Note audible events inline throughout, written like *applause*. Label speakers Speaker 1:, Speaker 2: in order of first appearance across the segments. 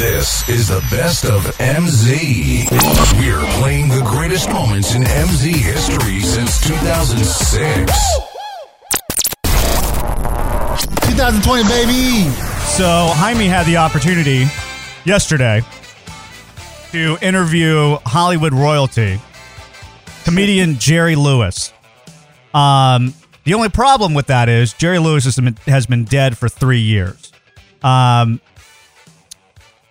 Speaker 1: This is the best of MZ. We're playing the greatest moments in MZ history since 2006.
Speaker 2: 2020, baby.
Speaker 3: So Jaime had the opportunity yesterday to interview Hollywood royalty, comedian Jerry Lewis. Um, the only problem with that is Jerry Lewis has been, has been dead for three years. Um,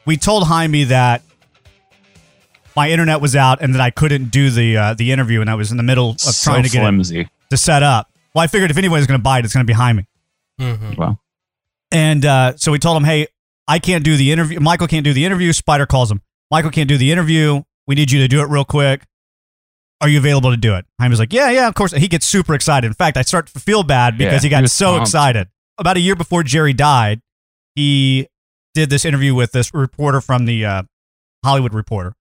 Speaker 3: we told Jaime that my internet was out and that I couldn't do the uh, the interview, and I was in the middle of
Speaker 4: so
Speaker 3: trying to get it
Speaker 4: flimsy.
Speaker 3: to set up. Well, I figured if anyone's going to buy it, it's going to be Jaime.
Speaker 4: Wow.
Speaker 3: And uh, so we told him, hey, I can't do the interview. Michael can't do the interview. Spider calls him. Michael can't do the interview. We need you to do it real quick. Are you available to do it? Jaime's like, yeah, yeah, of course. He gets super excited. In fact, I start to feel bad because
Speaker 4: Yeah,
Speaker 3: he got
Speaker 4: he was
Speaker 3: so
Speaker 4: pumped.
Speaker 3: excited. About a year before Jerry died, he did this interview with this reporter from the uh, Hollywood Reporter.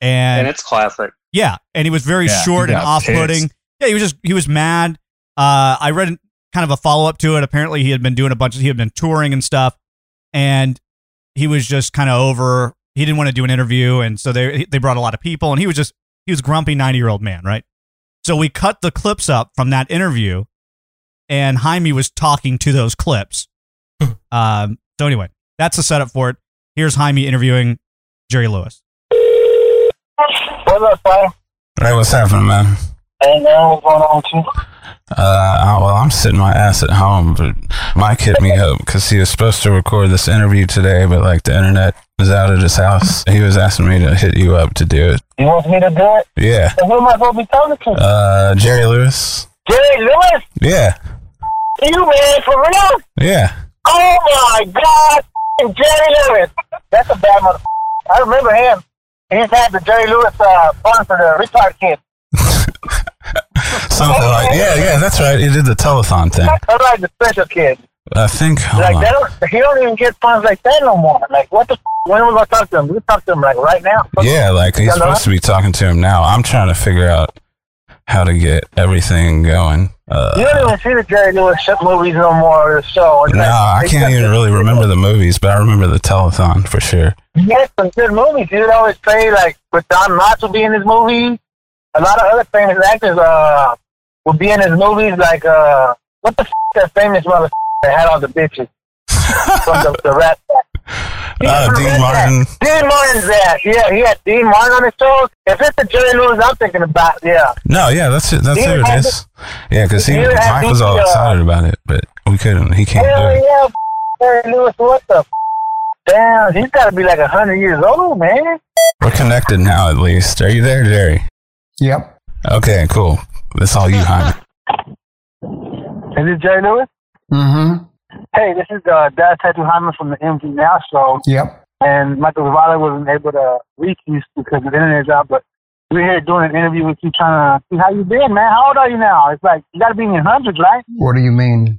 Speaker 5: and
Speaker 3: And
Speaker 5: it's classic.
Speaker 3: yeah, and he was very
Speaker 4: Yeah,
Speaker 3: short
Speaker 4: he
Speaker 3: and
Speaker 4: got
Speaker 3: off-putting.
Speaker 4: pissed.
Speaker 3: Yeah, he was just he was mad. Uh, I read kind of a follow-up to it. Apparently, he had been doing a bunch of he had been touring and stuff, and he was just kind of over. He didn't want to do an interview, and so they they brought a lot of people, and he was just he was a grumpy ninety-year-old man, right? So we cut the clips up from that interview, and Jaime was talking to those clips. um, so anyway, that's the setup for it. Here's Jaime interviewing Jerry Lewis.
Speaker 5: What's up, Spider?
Speaker 2: Hey, what's happening, man?
Speaker 5: Hey, man, what's going on with you?
Speaker 2: Uh, I, well, I'm sitting my ass at home, but Mike hit me up because he was supposed to record this interview today, but like the internet was out at his house. He was asking me to hit you up to do it.
Speaker 5: You want me to do it?
Speaker 2: Yeah.
Speaker 5: And who am I supposed to be talking to?
Speaker 2: Uh, Jerry Lewis.
Speaker 5: Jerry Lewis?
Speaker 2: Yeah.
Speaker 5: You, man, for real?
Speaker 2: Yeah.
Speaker 5: Oh, my God. f***ing Jerry Lewis. That's a bad mother. I remember him. He just had the Jerry Lewis uh, fund for the retard kids.
Speaker 2: *laughs* Something like yeah, yeah. That's right. He did the telethon thing.
Speaker 5: That's like the special kids.
Speaker 2: I think. Hold
Speaker 5: Like,
Speaker 2: on.
Speaker 5: they don't, he don't even get funds like that no more. Like, what the f***? When am I going to talk to him? We talk to him, like, right now.
Speaker 2: Yeah, like he's
Speaker 5: Hello?
Speaker 2: supposed to be talking to him now. I'm trying to figure out how to get everything going.
Speaker 5: You
Speaker 2: Uh,
Speaker 5: don't even see the Jerry Lewis sh- movies no more, or the show. It's
Speaker 2: no,
Speaker 5: like-
Speaker 2: I
Speaker 5: they
Speaker 2: can't
Speaker 5: just-
Speaker 2: even really remember the movies, but I remember the telethon for sure.
Speaker 5: He had some good movies. He would always play like with Don Knotts would be in his movies. A lot of other famous actors uh would be in his movies. Like uh, what the f- that famous mother f- that had all the bitches from the, the
Speaker 2: *laughs*
Speaker 5: rap.
Speaker 2: Oh, Dean Martin.
Speaker 5: Dean Martin's that. Yeah, he had Dean Martin on his show. If it's the Jerry Lewis I'm thinking about, yeah.
Speaker 2: No, yeah, that's it. That's
Speaker 5: Do you
Speaker 2: who it
Speaker 5: have
Speaker 2: is. Yeah, because he
Speaker 5: do you have
Speaker 2: Mike was all
Speaker 5: the, uh,
Speaker 2: excited about it, but we couldn't. He can't
Speaker 5: Hell
Speaker 2: do it.
Speaker 5: yeah, f- Jerry Lewis. What the f- damn? He's got to be like a hundred years old, man.
Speaker 2: We're connected now, at least. Are you there, Jerry?
Speaker 6: Yep.
Speaker 2: Okay, cool. That's all
Speaker 6: *laughs*
Speaker 2: you, Jaime.
Speaker 5: Is it Jerry Lewis?
Speaker 6: Mm-hmm.
Speaker 5: Hey, this is uh, Dad Tattoo Hyman from the MV Now Show.
Speaker 6: Yep.
Speaker 5: and Michael Zavala wasn't able to reach you because of the internet job, but we're here doing an interview with you trying to see how you been, man. How old are you now? It's like you gotta be in your hundreds, right?
Speaker 6: What do you mean?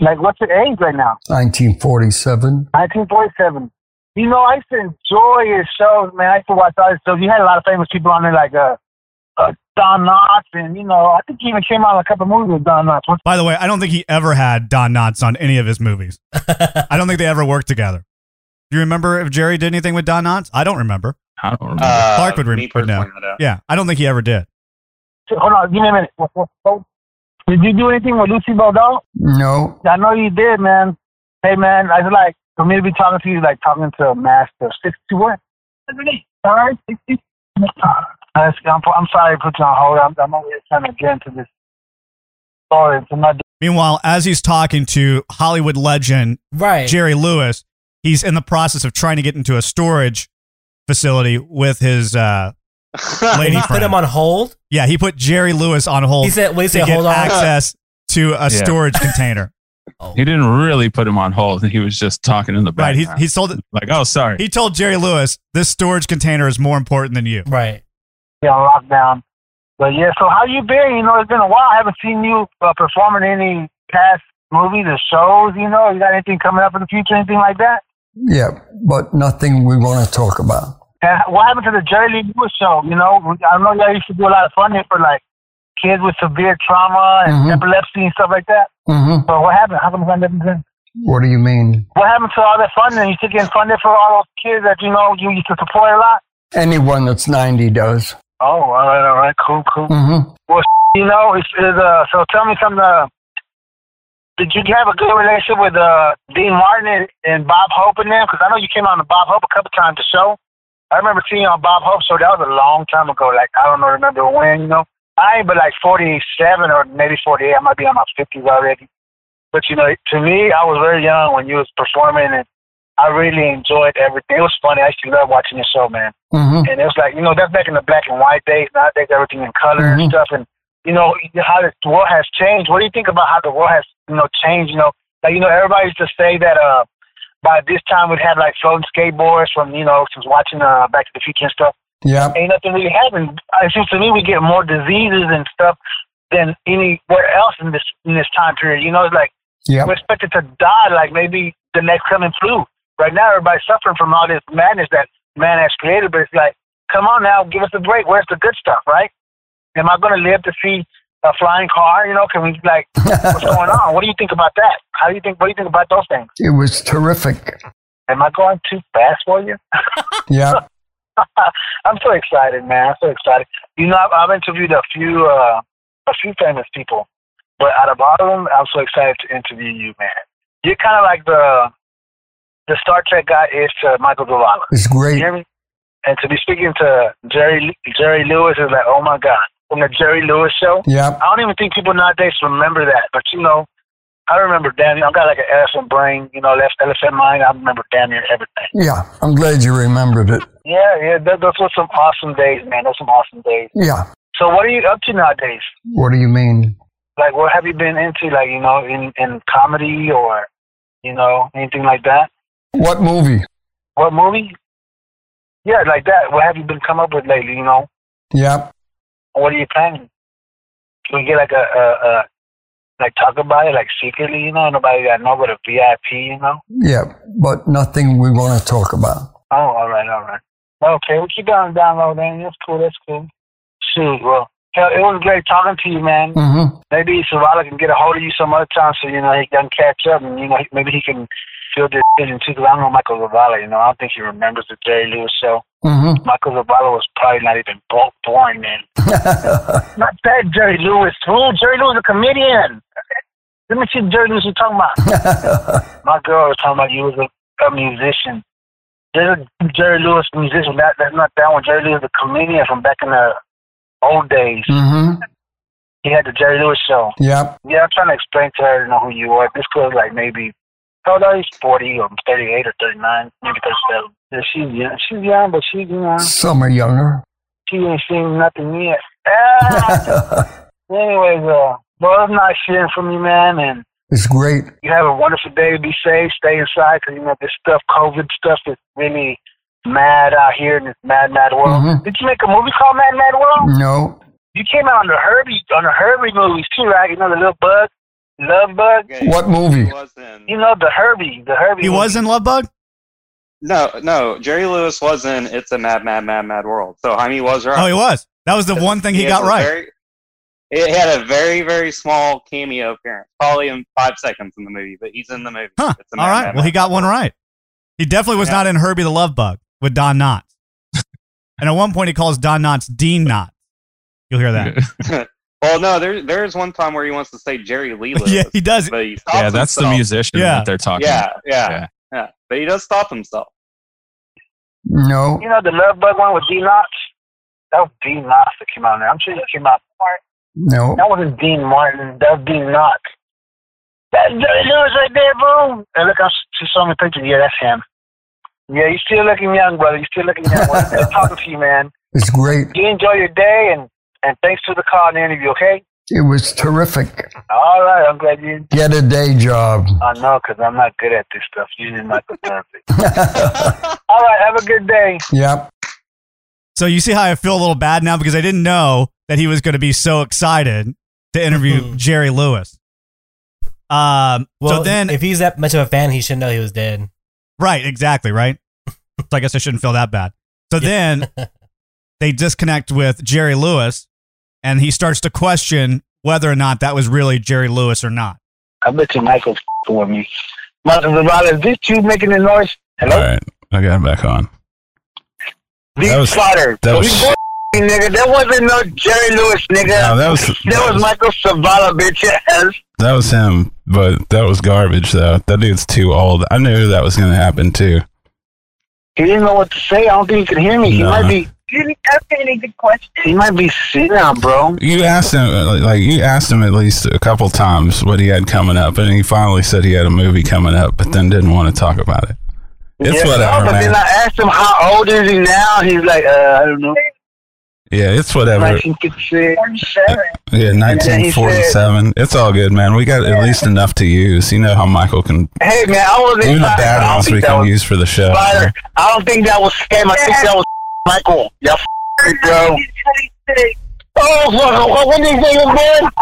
Speaker 5: Like what's your age right now?
Speaker 6: 1947.
Speaker 5: Nineteen forty seven. You know, I used to enjoy your shows, man. I used to watch all your shows. You had a lot of famous people on there like uh, uh Don Knotts and you know, I think you even came out in a couple movies with Don Knotts. What's
Speaker 3: By the way, I don't think he ever had Don Knotts on any of his movies. I don't think they ever worked together. Do you remember if Jerry did anything with Don Knotts? I don't remember.
Speaker 4: I don't remember.
Speaker 3: Clark would rem-
Speaker 5: Uh, me
Speaker 3: would know.
Speaker 5: personally, I don't.
Speaker 3: Yeah, I don't think he ever did.
Speaker 5: Hold on, give me a minute. What, what, what? Did you do anything with Lucy Bodal?
Speaker 6: No.
Speaker 5: I know you did, man. Hey, man, I just like for me to be talking to you, like talking to a master. Sixty-one. All right. 60. Uh, I'm, I'm sorry to put you on hold. I'm, I'm over here trying to get into this story. It's not
Speaker 3: Meanwhile, as he's talking to Hollywood legend
Speaker 7: Right.
Speaker 3: Jerry Lewis, he's in the process of trying to get into a storage facility with his
Speaker 5: *laughs*
Speaker 3: uh, lady
Speaker 7: he
Speaker 3: friend.
Speaker 7: put him on hold.
Speaker 3: yeah, he put Jerry Lewis on hold
Speaker 7: He said, "Wait,
Speaker 3: to
Speaker 7: say
Speaker 3: get
Speaker 7: hold on."
Speaker 3: access to a
Speaker 4: Yeah.
Speaker 5: *laughs*
Speaker 3: storage container.
Speaker 2: He didn't really put him on hold. He was just talking in the
Speaker 3: Right,
Speaker 2: background.
Speaker 3: he, he sold it.
Speaker 2: like, oh, sorry.
Speaker 3: He told Jerry Lewis, "This storage container is more important than you."
Speaker 8: Right.
Speaker 5: Yeah, lockdown. But yeah, so how you been? You know, it's been a while. I haven't seen you uh, performing any past movies or shows. You know, you got anything coming up in the future, anything like that?
Speaker 6: Yeah, but nothing we want to talk about.
Speaker 5: And what happened to the Jerry Lee Lewis show? You know, I know y'all used to do a lot of funding for like kids with severe trauma and
Speaker 6: Mhm.
Speaker 5: epilepsy and stuff like that.
Speaker 6: hmm
Speaker 5: So what happened? How come it's not nothing done?
Speaker 6: What do you mean?
Speaker 5: What happened to all that funding? You took in funding for all those kids that you know you used to support a lot.
Speaker 6: Anyone that's 90 does.
Speaker 5: Oh, all right, all right, cool, cool.
Speaker 6: Mm-hmm.
Speaker 5: Well, *laughs* you know, it's, it's uh, so tell me something. Uh, did you have a good relationship with uh, Dean Martin and, and Bob Hope and them? Because I know you came on the Bob Hope a couple times the show. I remember seeing you on Bob Hope show. That was a long time ago. Like I don't know, remember when? You know, I ain't but like forty seven or maybe forty eight. I might be on my fifties already. But you know, to me, I was very young when you was performing, and I really enjoyed everything. It was funny. I used to love watching your show, man.
Speaker 6: Mm-hmm.
Speaker 5: And it was like, you know, that's back in the black and white days. Nowadays, everything in color
Speaker 6: Mhm.
Speaker 5: and stuff. And, you know, how the world has changed. What do you think about how the world has, you know, changed? You know, like, you know, everybody used to say that uh, by this time we'd have like floating skateboards from, you know, since watching uh, Back to the Future and stuff.
Speaker 6: Yeah.
Speaker 5: Ain't nothing really happened. It seems to me we get more diseases and stuff than anywhere else in this in this time period. You know, it's like
Speaker 6: Yep.
Speaker 5: we're expected to die like maybe the next coming flu. Right now, everybody's suffering from all this madness that man has created. But it's like, come on now, give us a break. Where's the good stuff, right? Am I going to live to see a flying car? You know, can we like,
Speaker 6: *laughs*
Speaker 5: what's going on? What do you think about that? How do you think? What do you think about those things?
Speaker 6: It was terrific.
Speaker 5: Am I going too fast for you?
Speaker 6: *laughs*
Speaker 5: *laughs*
Speaker 6: Yeah.
Speaker 5: I'm so excited, man. I'm so excited. You know, I've, I've interviewed a few uh, a few famous people, but out of all of them, I'm so excited to interview you, man. You're kind of like the the Star Trek guy is to Michael Zavala.
Speaker 6: It's great.
Speaker 5: You hear me? And to be speaking to Jerry Jerry Lewis is like, oh my god, from the Jerry Lewis show.
Speaker 6: Yeah.
Speaker 5: I don't even think people nowadays remember that, but you know, I remember Danny. I've got like an elephant brain, you know, left elephant mind. I remember damn near everything.
Speaker 6: Yeah. I'm glad you remembered it.
Speaker 5: Yeah, yeah, th those were some awesome days, man. Those were some awesome days.
Speaker 6: Yeah.
Speaker 5: So, what are you up to nowadays?
Speaker 6: What do you mean?
Speaker 5: Like, what have you been into? Like, you know, in in comedy or, you know, anything like that?
Speaker 6: What movie?
Speaker 5: What movie? Yeah, like that. What have you been come up with lately? You know,
Speaker 6: Yep.
Speaker 5: what are you planning? Can we get like a, a, a like talk about it like secretly? You know, nobody got know but a VIP. You know.
Speaker 6: Yeah. But nothing we want to talk about.
Speaker 5: Oh, all right, all right. Okay, we keep down down low, then. That's cool. That's cool. Shoot, well, hell, it was great talking to you, man.
Speaker 6: Mm-hmm.
Speaker 5: Maybe Savala can get a hold of you some other time so, you know, he can catch up and, you know, maybe he can feel this shit in too. Because I don't know Michael Zavala, you know, I don't think he remembers the Jerry Lewis show.
Speaker 6: Mm-hmm.
Speaker 5: Michael Zavala was probably not even bo- born
Speaker 6: *laughs*
Speaker 5: then. not that Jerry Lewis. Who? Jerry Lewis is a comedian. Let me see Jerry Lewis you
Speaker 6: *laughs*
Speaker 5: talking about. My girl was talking about you was a, a musician. There's a Jerry Lewis musician. That, that's not that one. Jerry Lewis is a comedian from back in the old days.
Speaker 6: Mm-hmm.
Speaker 5: He had the Jerry Lewis show.
Speaker 6: Yep.
Speaker 5: Yeah, I'm trying to explain to her, you know, who you are. This girl's like maybe, how old are you? 40 or 38 or 39, maybe 37. Yeah, she's young. She's young, but she's, you know,
Speaker 6: Some are younger.
Speaker 5: she ain't seen nothing yet. Ah!
Speaker 6: *laughs*
Speaker 5: Anyways, uh, well, it's nice hearing from you, man, and
Speaker 6: It's great.
Speaker 5: you have a wonderful day. Be safe. Stay inside 'cause you know, this stuff, COVID stuff is really mad out here in this mad, mad world.
Speaker 2: Mm-hmm.
Speaker 6: Mhm.
Speaker 5: Did you make a movie called Mad, Mad World?
Speaker 6: No.
Speaker 5: You came out on the Herbie, on the Herbie movies too, right? You know, the little bug, love bug.
Speaker 6: What movie?
Speaker 9: in-
Speaker 5: You know the Herbie, the Herbie.
Speaker 3: He was in Love Bug.
Speaker 9: No, no. Jerry Lewis was in "It's a Mad, Mad, Mad, Mad World." So Jaime was right.
Speaker 3: Oh, he was. That was the one thing he
Speaker 9: has
Speaker 3: got
Speaker 9: a
Speaker 3: right.
Speaker 9: Very, it had a very, very small cameo appearance, probably in five seconds in the movie, but he's in the movie.
Speaker 3: Huh.
Speaker 9: It's a Mad,
Speaker 3: All right.
Speaker 9: Mad,
Speaker 3: Well, he
Speaker 9: Mad.
Speaker 3: got one right. He definitely was
Speaker 9: Yeah.
Speaker 3: not in Herbie the Love Bug with Don Knotts. *laughs* and at one point, he calls Don Knotts Dean Knotts. You'll
Speaker 2: *laughs*
Speaker 3: hear that.
Speaker 9: well, Oh, no, there, there is one time where he wants to say Jerry
Speaker 3: *laughs*
Speaker 9: Lee Lewis.
Speaker 3: yeah, he does.
Speaker 9: but he stops
Speaker 2: yeah, that's the
Speaker 9: himself.
Speaker 2: musician
Speaker 3: Yeah.
Speaker 2: that they're talking
Speaker 9: Yeah,
Speaker 2: about.
Speaker 9: yeah, yeah, But he does stop himself.
Speaker 6: No.
Speaker 5: You know the Love Bug one with D Knox? That was Dean Knox that came out there. I'm sure that came out.
Speaker 6: No.
Speaker 5: That wasn't Dean Martin. That was Dean Knox. That's Jerry Lewis right there, boom. And look, I'm, she saw me picture. Yeah, that's him. Yeah, you're still looking young, brother. You're still looking young. Well, it's good talking to you, man.
Speaker 6: It's great.
Speaker 5: You enjoy your day, and, and thanks for the call and the interview, okay?
Speaker 6: It was terrific.
Speaker 5: All right, I'm glad you.
Speaker 6: Get a day job.
Speaker 5: I know, because Uh, I'm not good at this stuff. You didn't like the perfect. *laughs* All right, have a good day.
Speaker 6: Yep.
Speaker 3: So you see how I feel a little bad now because I didn't know that he was going to be so excited to interview Jerry Lewis.
Speaker 8: Hmm.
Speaker 3: Um,
Speaker 8: Well,
Speaker 3: so then,
Speaker 8: if he's that much of a fan, he should know he was dead.
Speaker 3: right, exactly, right. so I guess I shouldn't feel that bad.
Speaker 8: *laughs*
Speaker 3: So then they disconnect with Jerry Lewis, and he starts to question whether or not that was really Jerry Lewis or not.
Speaker 5: I bet you Michael's with me. Michael Zavala, is this you making the noise? Hello?
Speaker 2: All right, I got him back on.
Speaker 5: These
Speaker 2: That was-
Speaker 5: slaughter.
Speaker 2: that was-
Speaker 5: These bull- nigga. There wasn't no Jerry Lewis, nigga.
Speaker 2: No, that was-
Speaker 5: There was, Michael Zavala, bitch ass.
Speaker 2: That was him, but that was garbage though. That dude's too old. I knew that was gonna happen too.
Speaker 5: He didn't know what to say. I don't think he could hear me. He
Speaker 2: Nah.
Speaker 5: might be. You didn't ask any good questions. He might be senile, bro.
Speaker 2: You asked him like- like you asked him at least a couple times what he had coming up, and he finally said he had a movie coming up, but then didn't want to talk about it. It's
Speaker 5: Yeah, Oh,
Speaker 2: whatever,
Speaker 5: But
Speaker 2: man.
Speaker 5: then I asked him how old is he now. He's like, uh, I don't know.
Speaker 2: yeah, it's whatever.
Speaker 5: Like he could say,
Speaker 2: Yeah, nineteen forty-seven. It's all good, man. We got at least enough to use. You know how Michael can.
Speaker 5: Hey man, I wasn't.
Speaker 2: Even the
Speaker 5: excited, but I
Speaker 2: bad
Speaker 5: don't
Speaker 2: ones
Speaker 5: think
Speaker 2: we
Speaker 5: that
Speaker 2: can
Speaker 5: was
Speaker 2: use for the show.
Speaker 5: Spider. I don't think that was scam. I think that was Michael. Yeah, f- bro. Oh, what, what, what did he say he was born?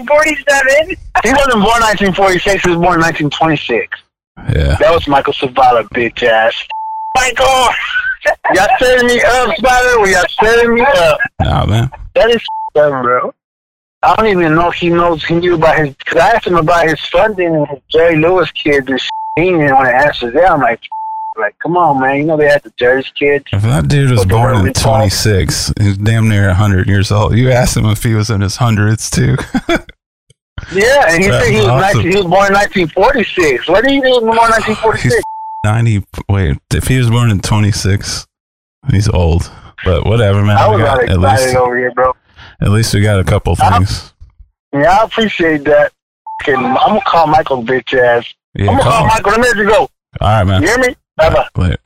Speaker 5: 1947. He wasn't born 1946. He was born 1926.
Speaker 2: Yeah.
Speaker 5: That was Michael Savala, bitch ass. Michael, y'all setting me up, Spider. We are setting me up.
Speaker 2: Nah, man.
Speaker 5: That is dumb, bro. I don't even know if he knows he knew about his. Cause I asked him about his funding and his Jerry Lewis kids and he didn't want to answer that. I'm like, like, come on, man. You know they had the Jerry's
Speaker 2: *laughs*
Speaker 5: kids.
Speaker 2: If that dude was born in 26, he's damn near 100 years old. You asked him if he was in his hundreds too. *laughs*
Speaker 5: Yeah, and he
Speaker 2: That's
Speaker 5: said he was
Speaker 2: awesome. Ah,
Speaker 5: 19, he was born in 1946. What do you think he was born in 1946?
Speaker 2: 90. Wait, if he was born in 26, he's old. But whatever, man.
Speaker 5: I
Speaker 2: we
Speaker 5: was
Speaker 2: got- at
Speaker 5: not excited
Speaker 2: least,
Speaker 5: over here, bro.
Speaker 2: at least we got a couple things.
Speaker 5: Yeah, I appreciate that. Fucking- I'm gonna call Michael bitch ass.
Speaker 2: Yeah,
Speaker 5: I'm gonna
Speaker 2: call
Speaker 5: call
Speaker 2: him.
Speaker 5: Michael a minute ago.
Speaker 2: All right, man.
Speaker 5: You hear me? Bye bye.
Speaker 2: Wait.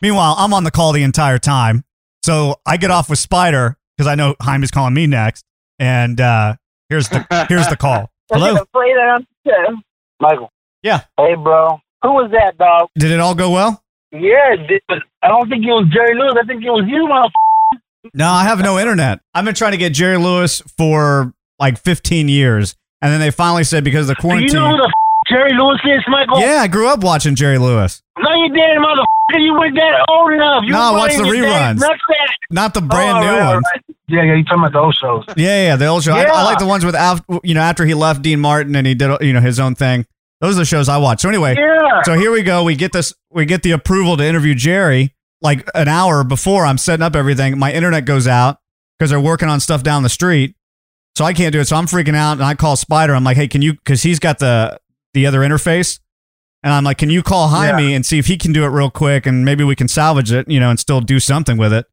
Speaker 3: Meanwhile, I'm on the call the entire time. So I get off with Spider because I know Heim is calling me next. And uh, here's
Speaker 5: *laughs*
Speaker 3: the here's the call. Hello.
Speaker 5: Play that on the show. Michael.
Speaker 3: Yeah.
Speaker 5: Hey, bro. Who was that, dog?
Speaker 3: Did it all go well?
Speaker 5: Yeah, it did, but I don't think it was Jerry Lewis. I think it was you, motherfucker.
Speaker 3: No, I have no internet. I've been trying to get Jerry Lewis for like 15 years, and then they finally said because of the
Speaker 5: Do
Speaker 3: quarantine.
Speaker 5: you know who the f- Jerry Lewis is, Michael?
Speaker 3: yeah, I grew up watching Jerry Lewis.
Speaker 5: No, you didn't, motherfucker. You weren't that old enough. You
Speaker 3: No, I
Speaker 5: were
Speaker 3: watched the
Speaker 5: in your
Speaker 3: reruns.
Speaker 5: dad's nutsack.
Speaker 3: Not the brand
Speaker 5: Oh,
Speaker 3: new
Speaker 5: all right, all
Speaker 3: ones.
Speaker 5: right. Yeah, yeah, you're talking about those shows.
Speaker 3: Yeah, yeah, the old show. I, I
Speaker 5: Yeah.
Speaker 3: like the ones with af- you know after he left Dean Martin and he did you know his own thing. Those are the shows I watch. So anyway,
Speaker 5: Yeah.
Speaker 3: so here we go. We get this. We get the approval to interview Jerry like an hour before I'm setting up everything. My internet goes out because they're working on stuff down the street, so I can't do it. So I'm freaking out and I call Spider. I'm like, hey, can you? Because he's got the the other interface, and I'm like, can you call Jaime and see if he can do it real quick and maybe we can salvage it, you know, and still do something with it.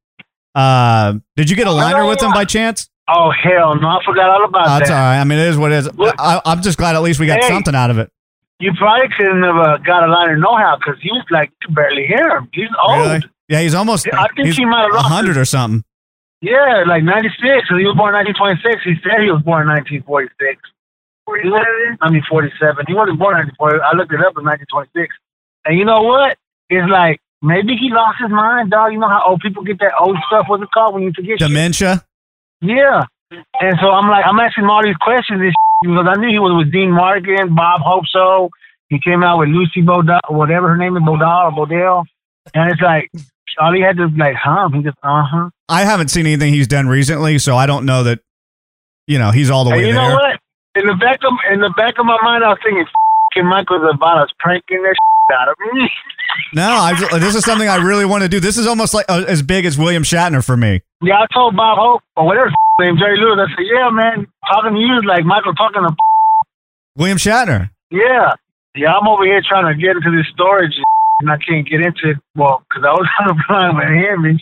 Speaker 3: Uh, did you get a liner with him by chance?
Speaker 5: Oh, hell no. I forgot all about
Speaker 3: Oh, that's
Speaker 5: that.
Speaker 3: all right. I mean, it is what it is. I, I'm just glad at least we got
Speaker 5: Hey.
Speaker 3: something out of it.
Speaker 5: You probably couldn't have uh, got a lot of know how because he was like, you could barely hear him. He's old.
Speaker 3: Really? Yeah, he's almost
Speaker 5: I think
Speaker 3: he's
Speaker 5: he might have lost
Speaker 3: 100 or something.
Speaker 5: Yeah, like 96. So he was born in 1926. He said he was born in 1946. He was- I mean, 47. He wasn't born in 1940. I looked it up in 1926. And you know what? It's like, maybe he lost his mind, dog. You know how old people get that old stuff? What's it called when you forget shit?
Speaker 3: Dementia?
Speaker 5: Yeah. And so I'm like, I'm asking him all these questions and shit, because I knew he was with Dean Markin, Bob Hope So. He came out with Lucy Bodell, whatever her name is, Bodell or Bodell. And it's like, all he had to like hum. He just, uh huh.
Speaker 3: I haven't seen anything he's done recently, so I don't know that, you know, he's all the
Speaker 5: And
Speaker 3: way
Speaker 5: you
Speaker 3: there.
Speaker 5: know what? In the back of in the back of my mind, I was thinking, "F***ing Michael Zavala's pranking that shit out of me." *laughs*
Speaker 3: No, I, this is something I really want to do. This is almost like uh, as big as William Shatner for me.
Speaker 5: Yeah, I told Bob Hope or whatever his *laughs* name Jerry Lewis. I said, "Yeah, man, talking to you is like Michael talking to." *laughs*
Speaker 3: William Shatner. *laughs*
Speaker 5: Yeah, yeah, I'm over here trying to get into this storage and and I can't get into it. Well, because I was *laughs* on the phone with him and.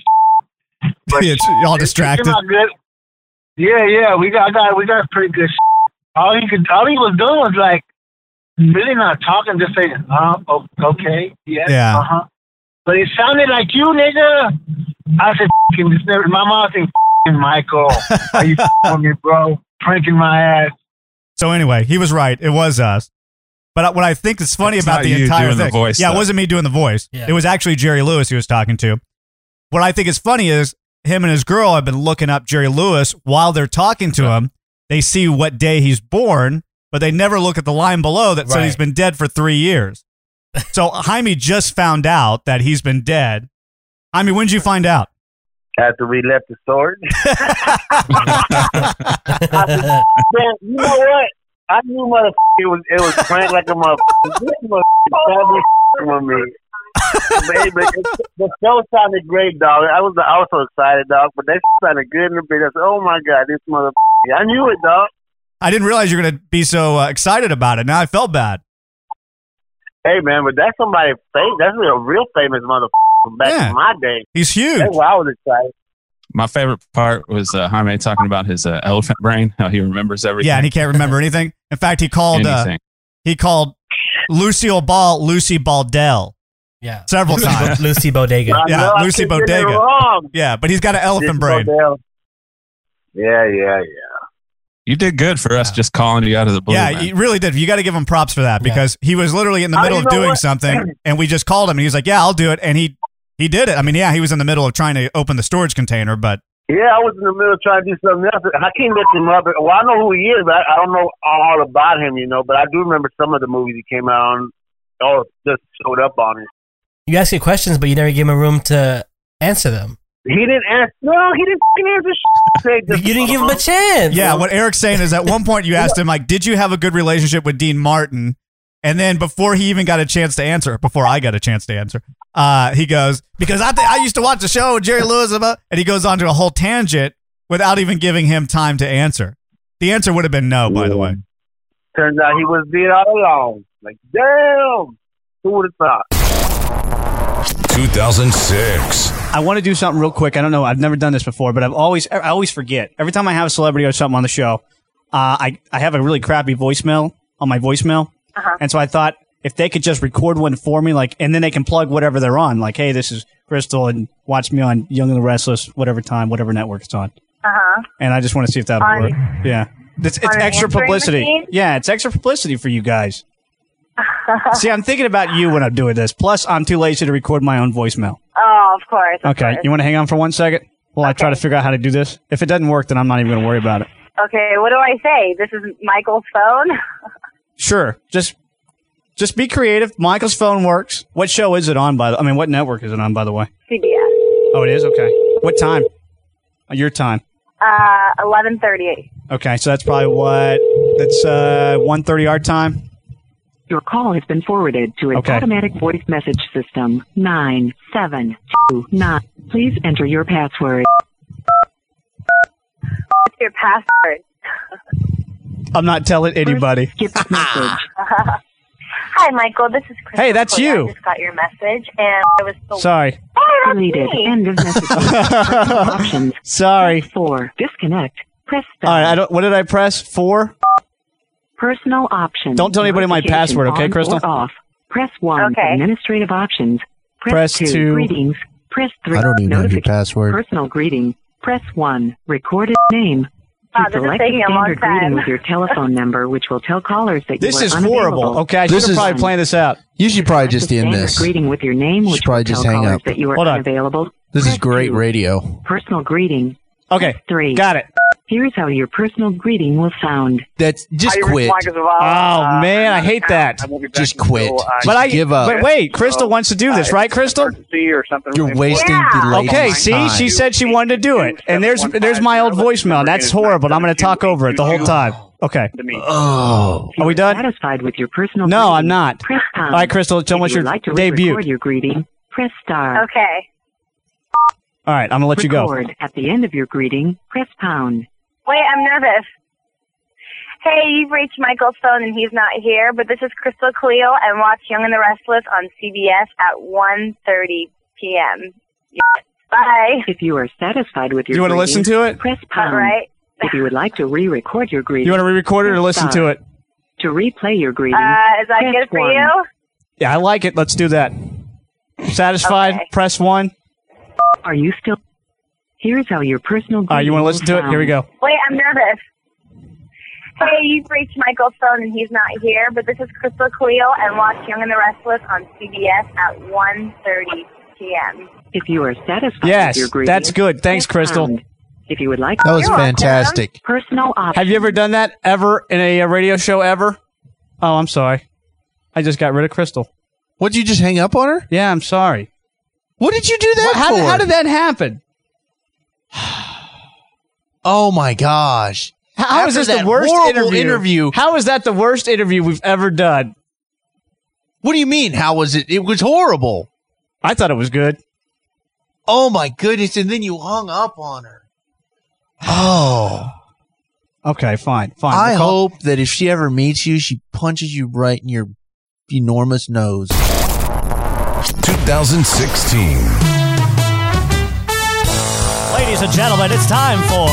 Speaker 3: it's all
Speaker 5: It
Speaker 3: distracted.
Speaker 5: came out good. Yeah, yeah, we got, I got, we got pretty good. shit. All he could, all he was doing was like really not talking, just saying, uh, oh, okay, yeah,
Speaker 3: Yeah.
Speaker 5: uh huh. But it sounded like you, nigga. *laughs* I said, "F***ing this never, my mom thinks, "F***ing Michael, are you f***ing with me, bro? Pranking my ass.
Speaker 3: So anyway, he was right. It was us. But what I think is funny
Speaker 2: It's
Speaker 3: about
Speaker 2: not
Speaker 3: the
Speaker 2: you
Speaker 3: entire
Speaker 2: doing the
Speaker 3: thing,
Speaker 2: voice,
Speaker 3: yeah,
Speaker 2: though.
Speaker 3: it wasn't me doing the voice.
Speaker 2: Yeah.
Speaker 3: It was actually Jerry Lewis he was talking to. What I think is funny is him and his girl have been looking up Jerry Lewis while they're talking to him. They see what day he's born, but they never look at the line below that said he's
Speaker 10: Right.
Speaker 3: been dead for three years. so Jaime just found out that he's been dead. Jaime, when did you find out?
Speaker 11: After we left the
Speaker 3: *laughs*
Speaker 11: store. Man, you know what? I knew motherfucker it was it was prank like a motherfucker. This motherfucker with me. but, hey, but it- the show sounded great, dog. I was I was so excited, dog. But that sounded good in the bit. I said, "Oh my god, this motherfucker!" I knew it, dog.
Speaker 3: I didn't realize you were going to be so uh, excited about it. Now I felt bad.
Speaker 11: Hey man, but that's somebody famous. That's a real famous motherfucker from back in my day.
Speaker 3: He's huge.
Speaker 11: That's why I was excited.
Speaker 4: My favorite part was uh, Jaime talking about his uh, elephant brain, how he remembers everything.
Speaker 3: Yeah, and he can't remember anything. In fact, he called uh,
Speaker 4: Anything.
Speaker 3: he called Lucille Ball Lucy Baldell.
Speaker 8: Yeah.
Speaker 3: Several times.
Speaker 8: Lucy Bodega.
Speaker 3: Yeah, Lucy Bodega. Yeah, but he's got an elephant brain.
Speaker 11: Yeah, yeah, yeah.
Speaker 4: You did good for us just calling you out of the blue.
Speaker 3: Yeah,
Speaker 4: man.
Speaker 3: you really did. You got to give him props for that because he was literally in the
Speaker 4: Oh,
Speaker 3: middle
Speaker 4: you
Speaker 3: of
Speaker 4: know
Speaker 3: doing
Speaker 4: what? *clears throat*
Speaker 3: something, and we just called him, and he was like, "Yeah, I'll do it," and he he did it. I mean, yeah, he was in the middle of trying to open the storage container, but
Speaker 11: Yeah, I was in the middle of trying to do something else. I can't look him up. Well, I know who he is, but I, I don't know all about him, you know. But I do remember some of the movies he came out on, or just showed up on it.
Speaker 8: You ask your questions, but you never give him room to answer them.
Speaker 11: He didn't ask. No, he didn't fucking answer shit. They just-
Speaker 8: You didn't give him a chance.
Speaker 3: Yeah, what Eric's saying is at one point you asked him like, "Did you have a good relationship with Dean Martin?" And then before he even got a chance to answer, before I got a chance to answer, uh, he goes because I th- I used to watch the show with Jerry Lewis about, and he goes on to a whole tangent without even giving him time to answer. The answer would have been no, by the way.
Speaker 11: Turns out he was dead all along. Like, damn, who would have thought?
Speaker 1: 2006.
Speaker 12: I want to do something real quick. I don't know. I've never done this before, but I've always I always forget. Every time I have a celebrity or something on the show, uh, I I have a really crappy voicemail on my voicemail,
Speaker 13: Uh-huh.
Speaker 12: and so I thought if they could just record one for me, like, and then they can plug whatever they're on. Like, hey, this is Crystal, and watch me on Young and the Restless, whatever time, whatever network it's on.
Speaker 13: Uh-huh.
Speaker 12: And I just want to see if that would
Speaker 13: On-
Speaker 12: work. Yeah, it's, it's
Speaker 13: on an
Speaker 12: extra
Speaker 13: answering
Speaker 12: publicity.
Speaker 13: machine?
Speaker 12: Yeah, it's extra publicity for you
Speaker 13: *laughs*
Speaker 12: guys. see, I'm thinking about you when I'm doing this. Plus, I'm too lazy to record my own voicemail.
Speaker 13: Oh, of course. of
Speaker 12: Okay,
Speaker 13: course.
Speaker 12: you want to hang on for one second while I try to figure out how to do this? If it doesn't work, then I'm not even going to worry about it.
Speaker 13: okay, what do I say? This is Michael's phone.
Speaker 12: Sure, just just be creative. Michael's phone works. What show is it on? By the, I mean, what network is it on? By the way.
Speaker 13: CBS.
Speaker 12: Oh, it is. Okay. What time? Uh, Your time.
Speaker 13: Uh, eleven thirty-eight.
Speaker 12: Okay, so that's probably what that's uh 1:30 our time.
Speaker 14: Your call has been forwarded to an
Speaker 12: Okay.
Speaker 14: automatic voice message system. Nine seven two nine. Please enter your password.
Speaker 13: What's your password?
Speaker 12: I'm not telling anybody.
Speaker 13: Hi, Michael. This is Chris.
Speaker 12: Hey, that's you.
Speaker 13: I just got your message, and I was so
Speaker 12: Sorry.
Speaker 13: Oh, that's
Speaker 14: Deleted.
Speaker 13: me.
Speaker 14: End of
Speaker 12: *laughs*
Speaker 14: message. options.
Speaker 12: Sorry.
Speaker 14: Four. Disconnect. Press
Speaker 12: All right, I don't what did I press? 4?
Speaker 14: personal options.
Speaker 12: Don't tell anybody my
Speaker 14: Notifications
Speaker 12: password, okay,
Speaker 14: on or
Speaker 12: Crystal?
Speaker 14: Off. Press one. Administrative options.
Speaker 12: Press
Speaker 14: Press, two.
Speaker 12: two.
Speaker 14: Greetings. Press three.
Speaker 15: I don't even have your
Speaker 14: Notific-
Speaker 15: password.
Speaker 14: Personal greeting. Press one. Recorded name. to
Speaker 13: Wow, Ah, this is
Speaker 14: select
Speaker 13: taking
Speaker 14: a
Speaker 13: a long
Speaker 14: standard
Speaker 13: time.
Speaker 14: greeting with your telephone number, which will tell callers that
Speaker 12: This
Speaker 14: you are
Speaker 12: is horrible. Okay, I should
Speaker 14: This
Speaker 12: have
Speaker 14: is-
Speaker 12: probably planned this out.
Speaker 15: You should probably just end
Speaker 14: Standard
Speaker 15: this.
Speaker 14: greeting with your name,
Speaker 15: Should
Speaker 14: which
Speaker 15: probably
Speaker 14: will tell
Speaker 15: just hang
Speaker 14: callers
Speaker 15: up.
Speaker 14: that you are
Speaker 15: Hold on.
Speaker 14: unavailable.
Speaker 15: This is great radio.
Speaker 14: Personal greeting.
Speaker 12: Okay.
Speaker 14: Three.
Speaker 12: Got it.
Speaker 14: Here's how your personal greeting will sound.
Speaker 15: That's just quit.
Speaker 12: Oh man, I hate that.
Speaker 15: Just quit.
Speaker 12: But I
Speaker 15: give up.
Speaker 12: But wait, Crystal wants to do this, right, Crystal?
Speaker 11: Or something.
Speaker 15: You're wasting the lady's
Speaker 12: Okay, see,
Speaker 15: time.
Speaker 12: she said she wanted to do it, and there's there's my old voicemail. That's horrible. I'm going to talk over it the whole time. Okay. Oh, are we done?
Speaker 14: Satisfied with your personal?
Speaker 12: No, I'm not.
Speaker 14: Press
Speaker 12: All
Speaker 14: pound.
Speaker 12: right, Crystal, tell
Speaker 14: If
Speaker 12: me what's
Speaker 14: you
Speaker 12: your
Speaker 14: would like to
Speaker 12: debut.
Speaker 14: re-record your greeting. Press star.
Speaker 13: Okay.
Speaker 12: All right, I'm going to let you go.
Speaker 14: Record at the end of your greeting. Press pound.
Speaker 13: Wait, I'm nervous. Hey, you've reached Michael's phone and he's not here, but this is Crystal Khalil and watch Young and the Restless on CBS at 1.30 p.m. Yeah. Bye.
Speaker 14: If you are satisfied with your,
Speaker 12: You wanna
Speaker 14: want
Speaker 12: listen to it?
Speaker 14: Press pound.
Speaker 13: All right.
Speaker 14: If you would like to re-record your greeting,
Speaker 12: You want to re-record it or
Speaker 14: press
Speaker 12: listen to
Speaker 14: star.
Speaker 12: it?
Speaker 14: To replay your greeting,
Speaker 13: Uh, is that
Speaker 14: press
Speaker 13: good for
Speaker 14: one.
Speaker 13: you?
Speaker 12: Yeah, I like it. Let's do that. Satisfied? Press one.
Speaker 14: Are you still? Here's how your personal.
Speaker 12: Uh, All right, you want to listen to it? Here we go.
Speaker 13: Wait, I'm nervous. Hey, you've reached Michael's phone and he's not here, but this is Crystal Cleo and watch Young and the Restless on CBS at 1.30 p.m.
Speaker 14: If you are satisfied
Speaker 12: Yes,
Speaker 14: with your greeting,
Speaker 12: that's good. Thanks,
Speaker 14: press
Speaker 12: Crystal.
Speaker 14: pound. If you would like,
Speaker 12: That was You're welcome. fantastic.
Speaker 14: Personal option.
Speaker 12: Have you ever done that ever in a, uh, radio show ever? Oh, I'm sorry. I just got rid of Crystal.
Speaker 15: What, you just hang up on her?
Speaker 12: Yeah, I'm sorry.
Speaker 15: What did you do that
Speaker 12: how,
Speaker 15: for?
Speaker 12: How did that happen?
Speaker 15: Oh my gosh!
Speaker 12: How- how is
Speaker 15: After
Speaker 12: this
Speaker 15: that
Speaker 12: the worst
Speaker 15: horrible
Speaker 12: interview?
Speaker 15: interview?
Speaker 12: How is that the worst interview we've ever done?
Speaker 15: What do you mean? How was it? It was horrible.
Speaker 12: I thought it was good.
Speaker 15: Oh my goodness! And then you hung up on her. Oh.
Speaker 12: Okay, fine, fine.
Speaker 15: I
Speaker 12: We'll call-
Speaker 15: hope that if she ever meets you, she punches you right in your enormous nose.
Speaker 1: 2016.
Speaker 10: Ladies and gentlemen, it's time for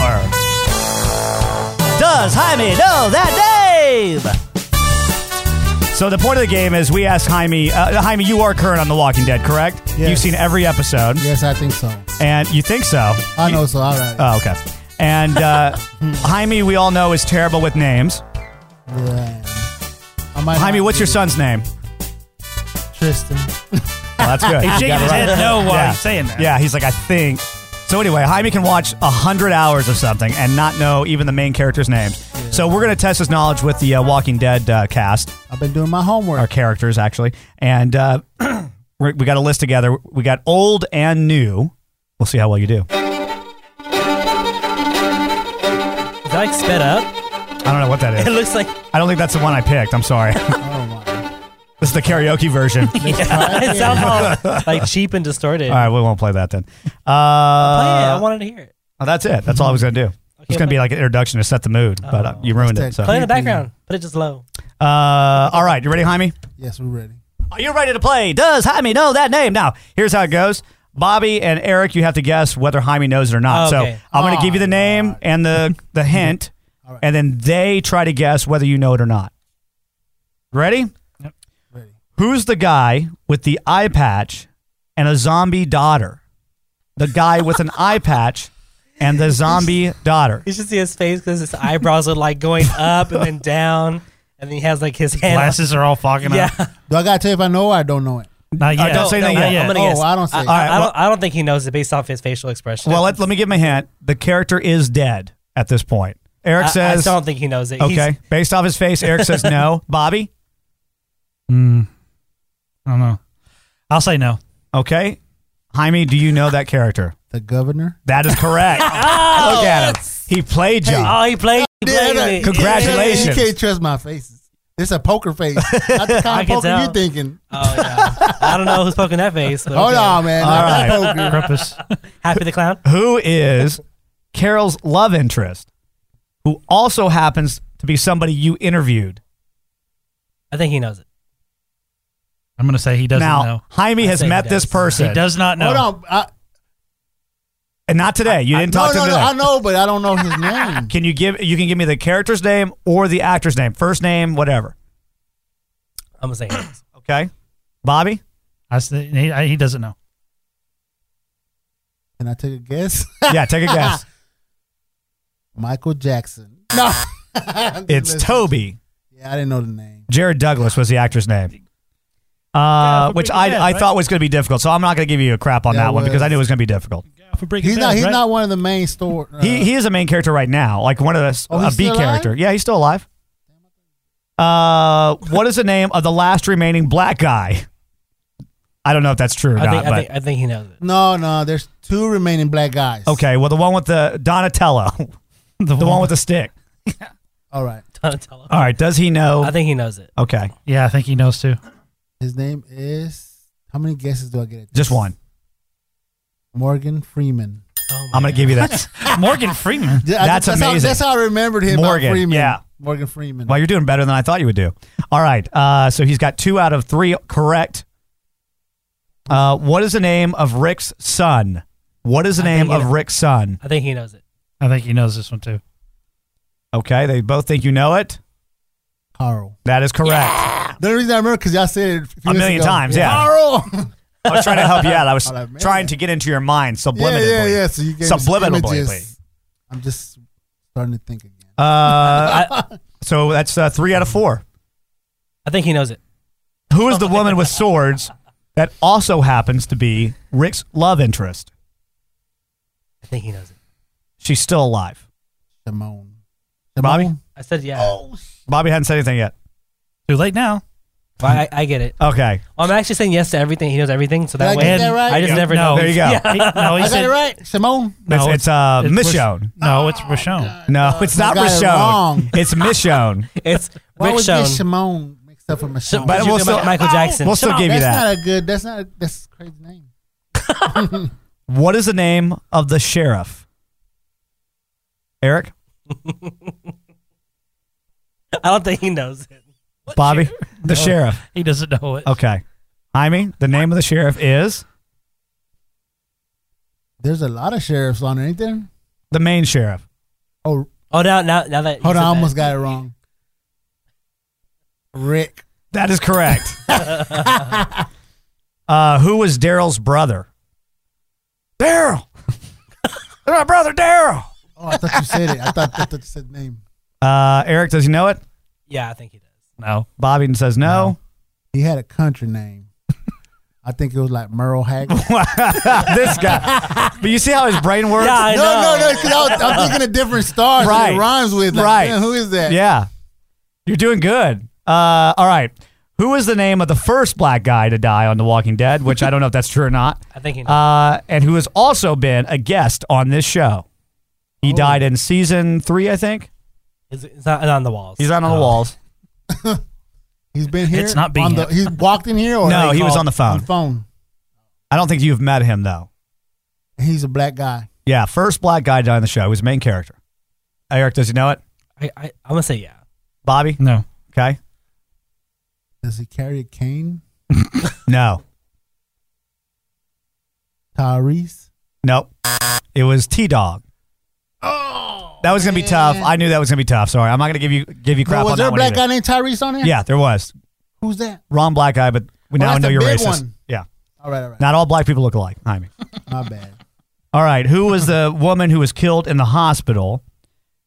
Speaker 10: Does Jaime Know That Name?
Speaker 3: So the point of the game is we ask Jaime. Uh, Jaime, you are current on The Walking Dead, correct?
Speaker 16: Yes.
Speaker 3: You've seen every episode. Yes, I think so. And you think so?
Speaker 16: I know
Speaker 3: You-
Speaker 16: so. All right.
Speaker 3: Oh, okay. And *laughs* uh, Jaime, we all know is terrible with names.
Speaker 16: Yeah. I might
Speaker 3: Jaime,
Speaker 16: not
Speaker 3: what's
Speaker 16: be
Speaker 3: your son's name?
Speaker 16: Tristan.
Speaker 3: Well,
Speaker 16: *laughs*
Speaker 3: that's good.
Speaker 16: He's shaking
Speaker 3: Yeah,
Speaker 16: his
Speaker 3: right.
Speaker 16: head no while he's saying that.
Speaker 3: Yeah, he's like, I think. So anyway, Jaime can watch a hundred hours of something and not know even the main characters' names. So we're gonna test his knowledge with the uh, Walking Dead uh, cast.
Speaker 16: I've been doing my homework.
Speaker 3: Our characters actually, and uh, *clears throat* we we got a list together. We got old and new. We'll see how well you do.
Speaker 8: Is that like sped up? *laughs*
Speaker 3: I don't know what that is.
Speaker 16: *laughs*
Speaker 8: It looks like-
Speaker 3: I don't think that's the one I picked. I'm sorry. oh my. This is the
Speaker 16: *laughs*
Speaker 3: karaoke version.
Speaker 8: yeah, it sounds all *laughs* like cheap and distorted.
Speaker 3: All right, we won't play that then. Uh, i
Speaker 8: play it. I wanted to hear it.
Speaker 3: Oh, that's it. That's all I was gonna do. it's gonna be like an introduction to set the mood, but uh,
Speaker 16: Oh.
Speaker 3: you ruined it. So.
Speaker 8: Play in the background. Put it just low.
Speaker 3: Uh, all right, you ready, Jaime?
Speaker 16: Yes, we're ready.
Speaker 3: Are you ready to play? Does Jaime know that name? Now, here's how it goes. Bobby and Eric, you have to guess whether Jaime knows it or not.
Speaker 16: Okay.
Speaker 3: So I'm going to
Speaker 16: Oh,
Speaker 3: give you the name and the
Speaker 16: *laughs*
Speaker 3: the hint, and then they try to guess whether you know it or not. Ready? Yep. Ready. Who's the guy with the eye patch and a zombie daughter? The guy with an eye patch and
Speaker 16: *laughs*
Speaker 3: the zombie daughter.
Speaker 8: You should see his face because his eyebrows are like going *laughs* up and then down, and then he has like his hand
Speaker 10: glasses are all fogging
Speaker 8: yeah.
Speaker 10: up.
Speaker 16: Do I gotta tell you if I know or I don't know it?
Speaker 10: Not
Speaker 3: yet. don't say
Speaker 8: No,
Speaker 3: anything
Speaker 8: no,
Speaker 3: yet.
Speaker 8: I'm gonna
Speaker 3: Oh,
Speaker 8: guess.
Speaker 3: I don't say it.
Speaker 8: I, I
Speaker 3: All right,
Speaker 8: don't, I don't think he knows it based off his facial expression.
Speaker 3: Well, let, let me give him a hint. The character is dead at this point. Eric
Speaker 8: I- I
Speaker 3: says.
Speaker 8: still don't think he knows it. He's-
Speaker 3: Okay. Based off his face, Eric
Speaker 8: *laughs*
Speaker 3: says no. Bobby?
Speaker 16: Hmm.
Speaker 10: I don't know. I'll say no.
Speaker 3: Okay. Jaime, do you know that character?
Speaker 16: The governor?
Speaker 3: That is
Speaker 8: *laughs*
Speaker 3: correct.
Speaker 8: Oh,
Speaker 3: Look at him. He played you.
Speaker 8: he played.
Speaker 3: Congratulations.
Speaker 16: You can't trust my faces. It's a poker face. Not the kind
Speaker 8: I
Speaker 16: of
Speaker 8: can
Speaker 16: poker
Speaker 8: tell.
Speaker 16: you're thinking.
Speaker 8: I don't know who's poking that face. but
Speaker 2: Oh.
Speaker 16: Hold
Speaker 8: okay.
Speaker 16: on, man.
Speaker 3: All right.
Speaker 8: Happy the clown.
Speaker 3: Who is Carol's love interest, who also happens to be somebody you interviewed?
Speaker 8: I think he knows it.
Speaker 10: I'm going to say he doesn't
Speaker 3: now,
Speaker 10: know.
Speaker 3: Jaime
Speaker 10: I
Speaker 3: has
Speaker 10: say he
Speaker 3: met this
Speaker 10: does.
Speaker 3: person.
Speaker 10: He does not know.
Speaker 16: Hold on. I,
Speaker 3: And not today. You didn't
Speaker 16: no,
Speaker 3: talk to
Speaker 16: no,
Speaker 3: him
Speaker 16: no.
Speaker 3: today.
Speaker 16: I know, but I don't know his name.
Speaker 3: *laughs* Can you give you can give me the character's name or the actor's name, first name, whatever.
Speaker 8: I'm gonna say he knows.
Speaker 3: Okay, Bobby.
Speaker 10: I say, he, I- he doesn't know.
Speaker 16: Can I take a guess?
Speaker 3: Yeah, take a guess.
Speaker 16: *laughs* Michael Jackson. *laughs* No.
Speaker 3: It's Toby.
Speaker 16: Yeah, I didn't know the name.
Speaker 3: Jared Douglas was the actor's name. Uh, which I,
Speaker 16: Dead,
Speaker 3: I
Speaker 16: right?
Speaker 3: thought was going to be difficult, so I'm not going to give you a crap on
Speaker 16: Yeah,
Speaker 3: that one because
Speaker 16: well-
Speaker 3: I knew it was going to be difficult.
Speaker 16: He's not.
Speaker 10: Bad,
Speaker 16: He's
Speaker 10: right?
Speaker 16: not one of the main store. uh,
Speaker 3: he he is a main character right now, like one of the
Speaker 16: Oh,
Speaker 3: a
Speaker 16: he's
Speaker 3: B
Speaker 16: still
Speaker 3: character. Yeah, he's still alive. Uh, what is the name of the last remaining black guy? I don't know if that's true or
Speaker 8: I
Speaker 3: not,
Speaker 8: think,
Speaker 3: but
Speaker 8: I, think, I think he knows it.
Speaker 16: no, no. There's two remaining black guys.
Speaker 3: okay. Well, the one with the Donatello, *laughs* the, one, with the stick.
Speaker 16: *laughs* All right.
Speaker 8: Donatello.
Speaker 3: All right, does he know?
Speaker 8: I think he knows it.
Speaker 3: Okay,
Speaker 10: Yeah, I think he knows too.
Speaker 16: His name is. How many guesses do I get?
Speaker 3: just one.
Speaker 16: Morgan Freeman.
Speaker 8: Oh
Speaker 3: I'm going to give you that.
Speaker 8: *laughs*
Speaker 10: Morgan Freeman.
Speaker 16: Yeah, I-
Speaker 3: That's
Speaker 16: how-
Speaker 3: amazing.
Speaker 16: that's how I remembered him. about
Speaker 3: Morgan,
Speaker 16: Freeman.
Speaker 3: yeah.
Speaker 16: Morgan Freeman.
Speaker 3: Well, you're doing better than I thought you would do. All right. Uh, so he's got two out of three correct. Uh, what is the name of Rick's son? What is the
Speaker 10: I think
Speaker 3: name
Speaker 10: he
Speaker 3: of
Speaker 10: kn-
Speaker 3: Rick's son?
Speaker 8: I think he knows it.
Speaker 10: I think he knows this one too.
Speaker 3: Okay. They both think you know it.
Speaker 16: Carl.
Speaker 3: That is correct.
Speaker 16: The only reason I remember because y'all said it a, few
Speaker 3: A
Speaker 16: minutes
Speaker 3: million
Speaker 16: ago.
Speaker 3: times, yeah.
Speaker 16: Carl.
Speaker 3: I was trying to help you out. I
Speaker 16: *laughs*
Speaker 3: was
Speaker 16: I'm like, man.
Speaker 3: trying to get into your mind
Speaker 16: yeah,
Speaker 3: subliminally.
Speaker 16: yeah, yeah. So you gave us
Speaker 3: subliminally.
Speaker 16: *laughs* images. I'm just starting to think again.
Speaker 3: Uh, So that's uh, three out of four.
Speaker 8: I think he knows it.
Speaker 3: Who is the woman with swords that also happens to be Rick's love interest?
Speaker 8: I think he knows it.
Speaker 3: She's still alive.
Speaker 16: Simone.
Speaker 3: Bobby?
Speaker 8: I said yeah.
Speaker 3: Bobby hadn't said anything yet.
Speaker 10: Oh, Too late now.
Speaker 8: But I, I get it.
Speaker 3: Okay.
Speaker 8: I'm actually saying yes to everything. He knows everything, so
Speaker 10: Did I
Speaker 8: that way
Speaker 10: get that right?
Speaker 8: I just
Speaker 10: Yeah.
Speaker 8: never
Speaker 10: No.
Speaker 8: know.
Speaker 10: There you go.
Speaker 8: *laughs* Yeah.
Speaker 10: He- no, he I got said- it
Speaker 16: right, Simone.
Speaker 3: it's, it's, uh,
Speaker 10: Rish-
Speaker 3: Michonne.
Speaker 10: No, it's Rashon.
Speaker 3: No, it's
Speaker 10: you
Speaker 3: not
Speaker 10: got it
Speaker 3: Michonne.
Speaker 10: wrong.
Speaker 3: It's Michonne.
Speaker 8: it's
Speaker 16: Why was
Speaker 3: Michonne.
Speaker 16: this Simone mixed up with Michonne?
Speaker 3: But we'll still- Michael Jackson. we'll still give you
Speaker 16: that's
Speaker 3: that.
Speaker 16: not a good. That's not. A, that's a crazy name.
Speaker 3: *laughs* What is the name of the sheriff?
Speaker 16: *laughs*
Speaker 3: Eric?
Speaker 8: I don't think he knows it.
Speaker 3: Bobby?
Speaker 8: No,
Speaker 3: The sheriff.
Speaker 8: he doesn't know it.
Speaker 3: Okay. Jaime, the name of the sheriff is
Speaker 16: There's a lot of sheriffs on it, ain't there?
Speaker 3: the main sheriff.
Speaker 16: Oh,
Speaker 8: Oh, now, now, now that. you
Speaker 16: hold on,
Speaker 8: said
Speaker 16: I
Speaker 8: that.
Speaker 16: almost got it wrong. Rick.
Speaker 3: That
Speaker 16: *laughs*
Speaker 3: is correct. Uh, who was Daryl's brother?
Speaker 16: *laughs*
Speaker 3: Daryl. My brother Daryl.
Speaker 16: Oh, I thought you said it. I thought, I thought you said name.
Speaker 3: Uh, Eric, does he know it?
Speaker 8: Yeah, I think he does.
Speaker 3: No. Bobby says no.
Speaker 16: He had a country name. *laughs* I think it was like Merle Haggard.
Speaker 3: *laughs* this guy. But you see how his brain works?
Speaker 16: no, no,
Speaker 3: *laughs*
Speaker 16: no, 'cause I was- I'm thinking of different stars. Right.
Speaker 3: Right.
Speaker 16: It rhymes with. Like,
Speaker 3: Right.
Speaker 16: man, who is that?
Speaker 3: Yeah. You're doing good. Uh, all right. Who is the name of the first black guy to die on The Walking Dead, which I don't know if that's true or not.
Speaker 8: *laughs* I think he knows.
Speaker 3: Uh, and who has also been a guest on this show.
Speaker 8: Oh.
Speaker 3: He died in season three, I think.
Speaker 8: It's, it's not on the walls.
Speaker 3: He's not
Speaker 16: Oh.
Speaker 3: on the walls.
Speaker 16: He's been here.
Speaker 3: It's not
Speaker 16: on
Speaker 3: being
Speaker 16: the,
Speaker 3: it.
Speaker 16: He's walked in here. Or
Speaker 3: No, he was
Speaker 16: called-
Speaker 3: on the phone.
Speaker 16: phone.
Speaker 3: I don't think you've met him, though.
Speaker 16: He's a black guy.
Speaker 3: Yeah, first black guy to die on the show. He was the main character. Eric, does he know it?
Speaker 8: I, I, I'm going to say yeah.
Speaker 3: Bobby? No. Okay.
Speaker 16: Does he carry a cane?
Speaker 3: *laughs* No.
Speaker 16: Tyrese.
Speaker 3: Nope. It was T Dog. Oh. That was gonna be tough. I knew that was gonna be tough. Sorry, I'm not gonna give you give you crap
Speaker 16: But was
Speaker 3: on
Speaker 16: there
Speaker 3: that
Speaker 16: a
Speaker 3: one
Speaker 16: black
Speaker 3: either.
Speaker 16: guy named Tyrese on there?
Speaker 3: Yeah, there was.
Speaker 16: Who's that?
Speaker 3: Wrong black guy, but we
Speaker 16: Oh,
Speaker 3: now
Speaker 16: that's
Speaker 3: know
Speaker 16: the
Speaker 3: you're
Speaker 16: big
Speaker 3: racist.
Speaker 16: one.
Speaker 3: Yeah.
Speaker 16: All right, all right.
Speaker 3: Not all black people look alike. I mean.
Speaker 16: *laughs* My bad.
Speaker 3: All right. Who was the *laughs* woman who was killed in the hospital?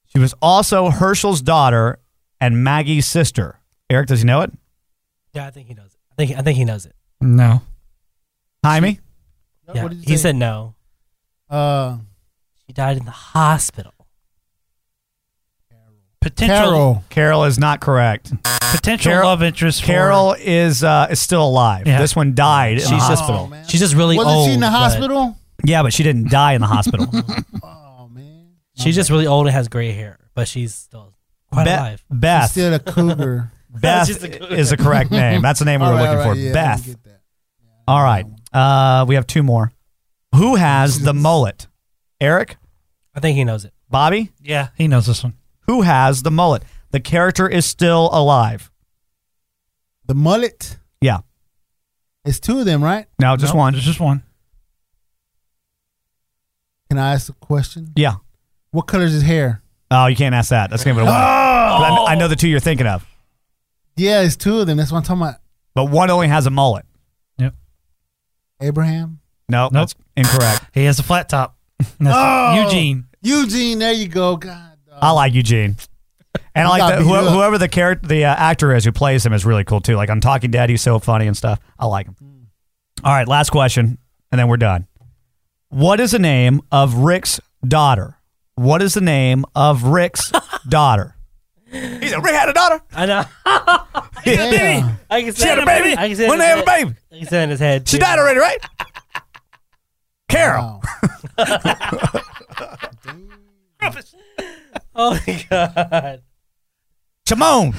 Speaker 3: She was also Herschel's daughter and Maggie's sister. Eric, does he know it?
Speaker 8: Yeah, I think he knows it. I think, I think he knows it.
Speaker 3: No. Jaime?
Speaker 8: Yeah.
Speaker 16: did you
Speaker 8: He
Speaker 16: say?
Speaker 8: said no.
Speaker 16: Uh,
Speaker 8: She died in the hospital.
Speaker 10: Potential
Speaker 16: Carol.
Speaker 3: Carol is not correct.
Speaker 10: Potential love interest for-
Speaker 3: Carol is uh, is still alive.
Speaker 10: Yeah.
Speaker 3: This one died in the
Speaker 8: She's just-
Speaker 16: Oh,
Speaker 3: hospital.
Speaker 8: She's just really
Speaker 16: Wasn't
Speaker 8: old.
Speaker 16: she in the
Speaker 8: but-
Speaker 16: hospital?
Speaker 3: yeah, but she didn't die in the hospital.
Speaker 8: She's just really old and has gray hair, but she's still quite
Speaker 3: Be-
Speaker 8: alive.
Speaker 3: Beth.
Speaker 16: She's still a cougar.
Speaker 3: *laughs* Beth
Speaker 8: She's a cougar.
Speaker 3: is the correct name. That's the name we
Speaker 16: All
Speaker 3: were
Speaker 16: right,
Speaker 3: looking
Speaker 16: all right,
Speaker 3: for.
Speaker 16: yeah, we
Speaker 3: Beth.
Speaker 16: get
Speaker 3: all right. Uh, we have two more. Who has the mullet? Eric?
Speaker 8: I think he knows it.
Speaker 3: Bobby?
Speaker 10: Yeah, he knows this one.
Speaker 3: Who has the mullet? The character is still alive.
Speaker 16: The mullet.
Speaker 3: Yeah.
Speaker 16: It's two of them, right?
Speaker 3: No, just
Speaker 10: Nope,
Speaker 3: one.
Speaker 10: There's just one.
Speaker 16: Can I ask a question?
Speaker 3: Yeah.
Speaker 16: What color is his hair?
Speaker 3: Oh, you can't ask that. That's gonna be away. Oh! I, I know the two you're thinking of,
Speaker 16: Yeah, it's two of them. That's what I'm talking about.
Speaker 3: but one only has a mullet.
Speaker 16: Abraham.
Speaker 3: No, that's incorrect.
Speaker 10: He has a flat top. That's Eugene.
Speaker 16: Oh! Eugene, there you go. God.
Speaker 3: I like Eugene. And I
Speaker 16: You
Speaker 3: like
Speaker 16: got
Speaker 3: the,
Speaker 16: beat
Speaker 3: whoever,
Speaker 16: up.
Speaker 3: whoever the character, the uh, actor is who plays him is really cool too. Like on Talking Dead, he's so funny and stuff. I like him.
Speaker 16: Mm.
Speaker 3: All right, last question, and then we're done. What is the name of Rick's daughter? What is the name
Speaker 10: *laughs*
Speaker 3: of Rick's daughter? He said, Rick had a daughter.
Speaker 8: I know.
Speaker 3: He had a baby.
Speaker 8: I can
Speaker 3: She had a baby.
Speaker 8: I can see it
Speaker 3: When
Speaker 8: in
Speaker 3: they
Speaker 8: his
Speaker 3: have a
Speaker 8: head.
Speaker 3: baby.
Speaker 8: I can see it in his head.
Speaker 3: She
Speaker 8: too.
Speaker 3: died already, right? Carol. *laughs*
Speaker 8: Oh my god. *laughs*
Speaker 3: Simone.